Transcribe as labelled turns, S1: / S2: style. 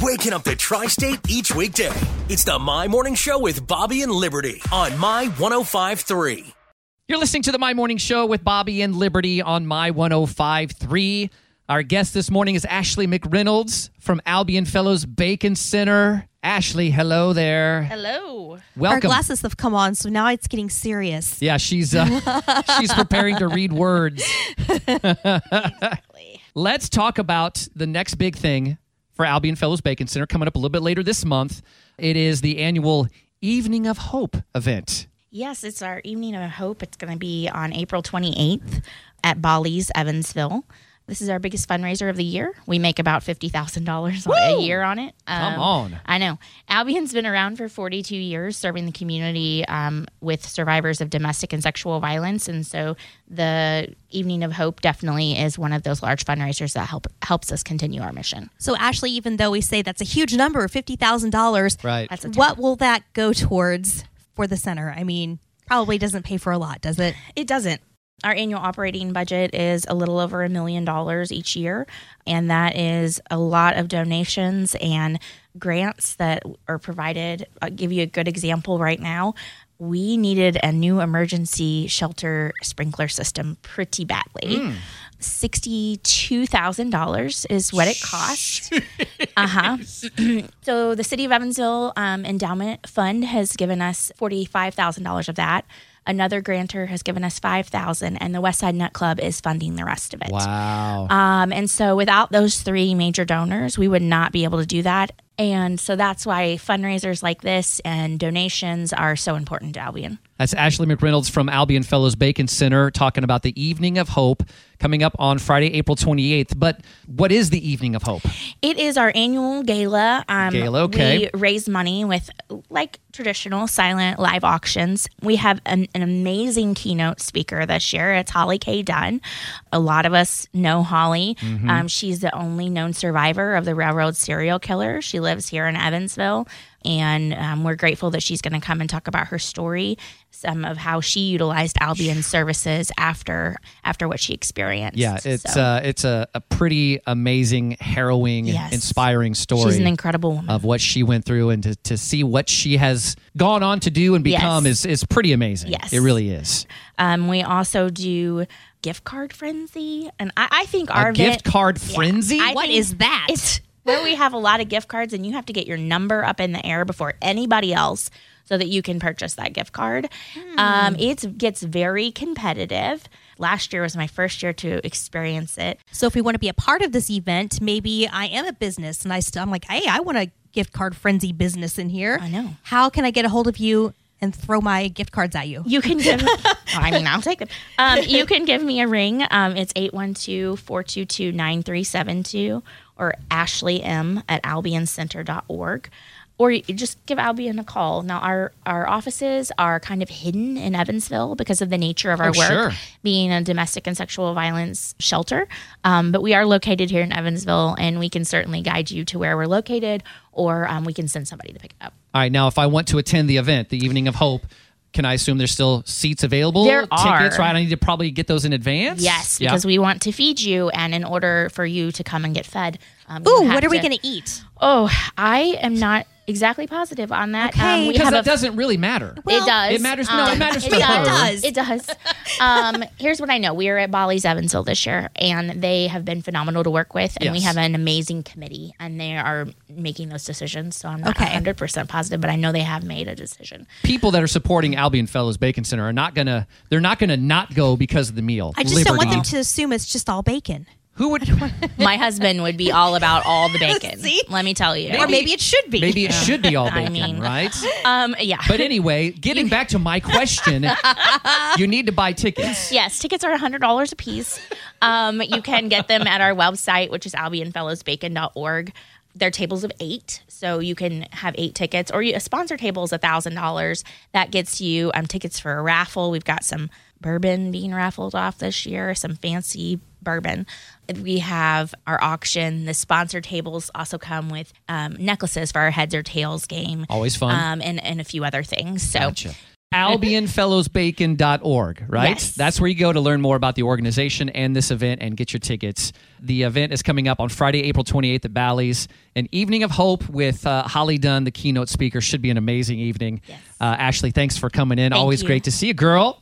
S1: waking up the tri state each weekday. It's the My Morning Show with Bobby and Liberty on My 1053.
S2: You're listening to the My Morning Show with Bobby and Liberty on My 1053. Our guest this morning is Ashley McReynolds from Albion Fellows Bacon Center. Ashley, hello there.
S3: Hello.
S2: Welcome.
S4: Our glasses have come on, so now it's getting serious.
S2: yeah, she's uh, she's preparing to read words. Let's talk about the next big thing for Albion Fellows Bacon Center coming up a little bit later this month. It is the annual Evening of Hope event.
S3: Yes, it's our Evening of Hope. It's going to be on April 28th at Bali's Evansville. This is our biggest fundraiser of the year. We make about $50,000 on- a year on it.
S2: Come
S3: Um,
S2: on.
S3: I know. Albion's been around for 42 years, serving the community um, with survivors of domestic and sexual violence. And so the Evening of Hope definitely is one of those large fundraisers that help, helps us continue our mission.
S4: So, Ashley, even though we say that's a huge number, $50,000,
S2: Right.
S3: That's a ton.
S4: what will that go towards for the center? I mean, probably doesn't pay for a lot, does it?
S3: It doesn't. Our annual operating budget is a little over a million dollars each year, and that is a lot of donations and grants that are provided. I'll give you a good example right now. We needed a new emergency shelter sprinkler system pretty badly. $62,000 is what it costs. uh huh. So the City of Evansville um, Endowment Fund has given us forty-five thousand dollars of that. Another grantor has given us five thousand, and the West Side Nut Club is funding the rest of it.
S2: Wow.
S3: Um, and so without those three major donors, we would not be able to do that. And so that's why fundraisers like this and donations are so important to Albion.
S2: That's Ashley McReynolds from Albion Fellows Bacon Center talking about the Evening of Hope coming up on Friday, April 28th. But what is the Evening of Hope?
S3: It is our annual gala. Um,
S2: Gala, okay.
S3: We raise money with like traditional silent live auctions. We have an, an amazing keynote speaker this year. It's Holly K. Dunn. A lot of us know Holly.
S2: Mm-hmm.
S3: Um, she's the only known survivor of the railroad serial killer. She lives here in Evansville. And um, we're grateful that she's going to come and talk about her story, some of how she utilized Albion's services after after what she experienced.
S2: Yeah, it's
S3: So,
S2: uh, it's a, a pretty amazing, harrowing,
S3: Yes.
S2: inspiring story
S3: she's an incredible woman.
S2: of what she went through, and to, to see what she has gone on to do and
S3: Yes.
S2: become is is pretty amazing.
S3: Yes.
S2: it really is.
S3: Um, we also do gift card frenzy, and I, I think our
S2: a gift card frenzy.
S3: I
S4: What
S3: think
S4: is that?
S3: It's where we have a lot of gift cards, and you have to get your number up in the air before anybody else, so that you can purchase that gift card.
S2: Hmm.
S3: Um, it gets very competitive. Last year was my first year to experience it.
S4: So, if we want to be a part of this event, maybe I am a business and I st- I'm like, hey, I want a gift card frenzy business in here.
S3: I know.
S4: How can I get a hold of you and throw my gift cards at you?
S3: You can give. I mean, I'll take it. Um, you can give me a ring. Um, it's 812-422-9372 or Ashley M at albioncenter.org. Or you just give Albion a call. Now, our, our offices are kind of hidden in Evansville because of the nature of our
S2: Oh, sure.
S3: work, being a domestic and sexual violence shelter. Um, but we are located here in Evansville, and we can certainly guide you to where we're located, or um, we can send somebody to pick it up.
S2: All right, now if I want to attend the event, the Evening of Hope. Can I assume there's still seats available?
S3: There
S2: Tickets,
S3: are.
S2: right? I need to probably get those in advance.
S3: Yes,
S2: Yeah.
S3: because we want to feed you, and in order for you to come and get fed, um, you
S4: Ooh,
S3: have
S4: what are we
S3: to-
S4: going to eat?
S3: Oh, I am not exactly positive on that. Um,
S4: Okay.
S3: we
S2: because
S3: have
S2: that
S3: a-
S2: doesn't really matter.
S3: it does. Um,
S2: It matters- no, it matters
S3: It
S2: to her.
S3: does. It does. Um, here's what I know: we are at Bali's Evansville this year, and they have been phenomenal to work with, and we
S2: Yes.
S3: have an amazing committee, and they are making those decisions. So I'm not
S4: Okay.
S3: 100 percent positive, but I know they have made a decision.
S2: people that are supporting Albion Fellows Bacon Center are not gonna they're not gonna not go because of the meal.
S4: I just don't want them to assume it's just all bacon.
S2: Who would
S3: My husband would be all about all the bacon.
S4: See?
S3: Let me tell you.
S4: or maybe it should be.
S2: maybe it should be all bacon,
S3: mean-
S2: right?
S3: um, yeah.
S2: But anyway, getting back to my question, you need to buy tickets.
S3: Yes, tickets are $100 a piece. Um, you can get them at our website, which is albionfellowsbacon.org. They're tables of eight, so you can have eight tickets, or you, a sponsor table is $1,000. That gets you um, tickets for a raffle. We've got some bourbon being raffled off this year, some fancy bourbon. We have our auction. The sponsor tables also come with um, necklaces for our heads or tails game.
S2: Always fun.
S3: Um, and, and a few other things. So
S2: albionfellowsbacon.org, right?
S3: Yes.
S2: That's where you go to learn more about the organization and this event and get your tickets. The event is coming up on Friday, April 28th at Bally's. An evening of hope with uh, Holly Dunn, the keynote speaker. Should be an amazing evening. Uh, Ashley, thanks for coming in. Always
S3: you.
S2: great to see you, girl.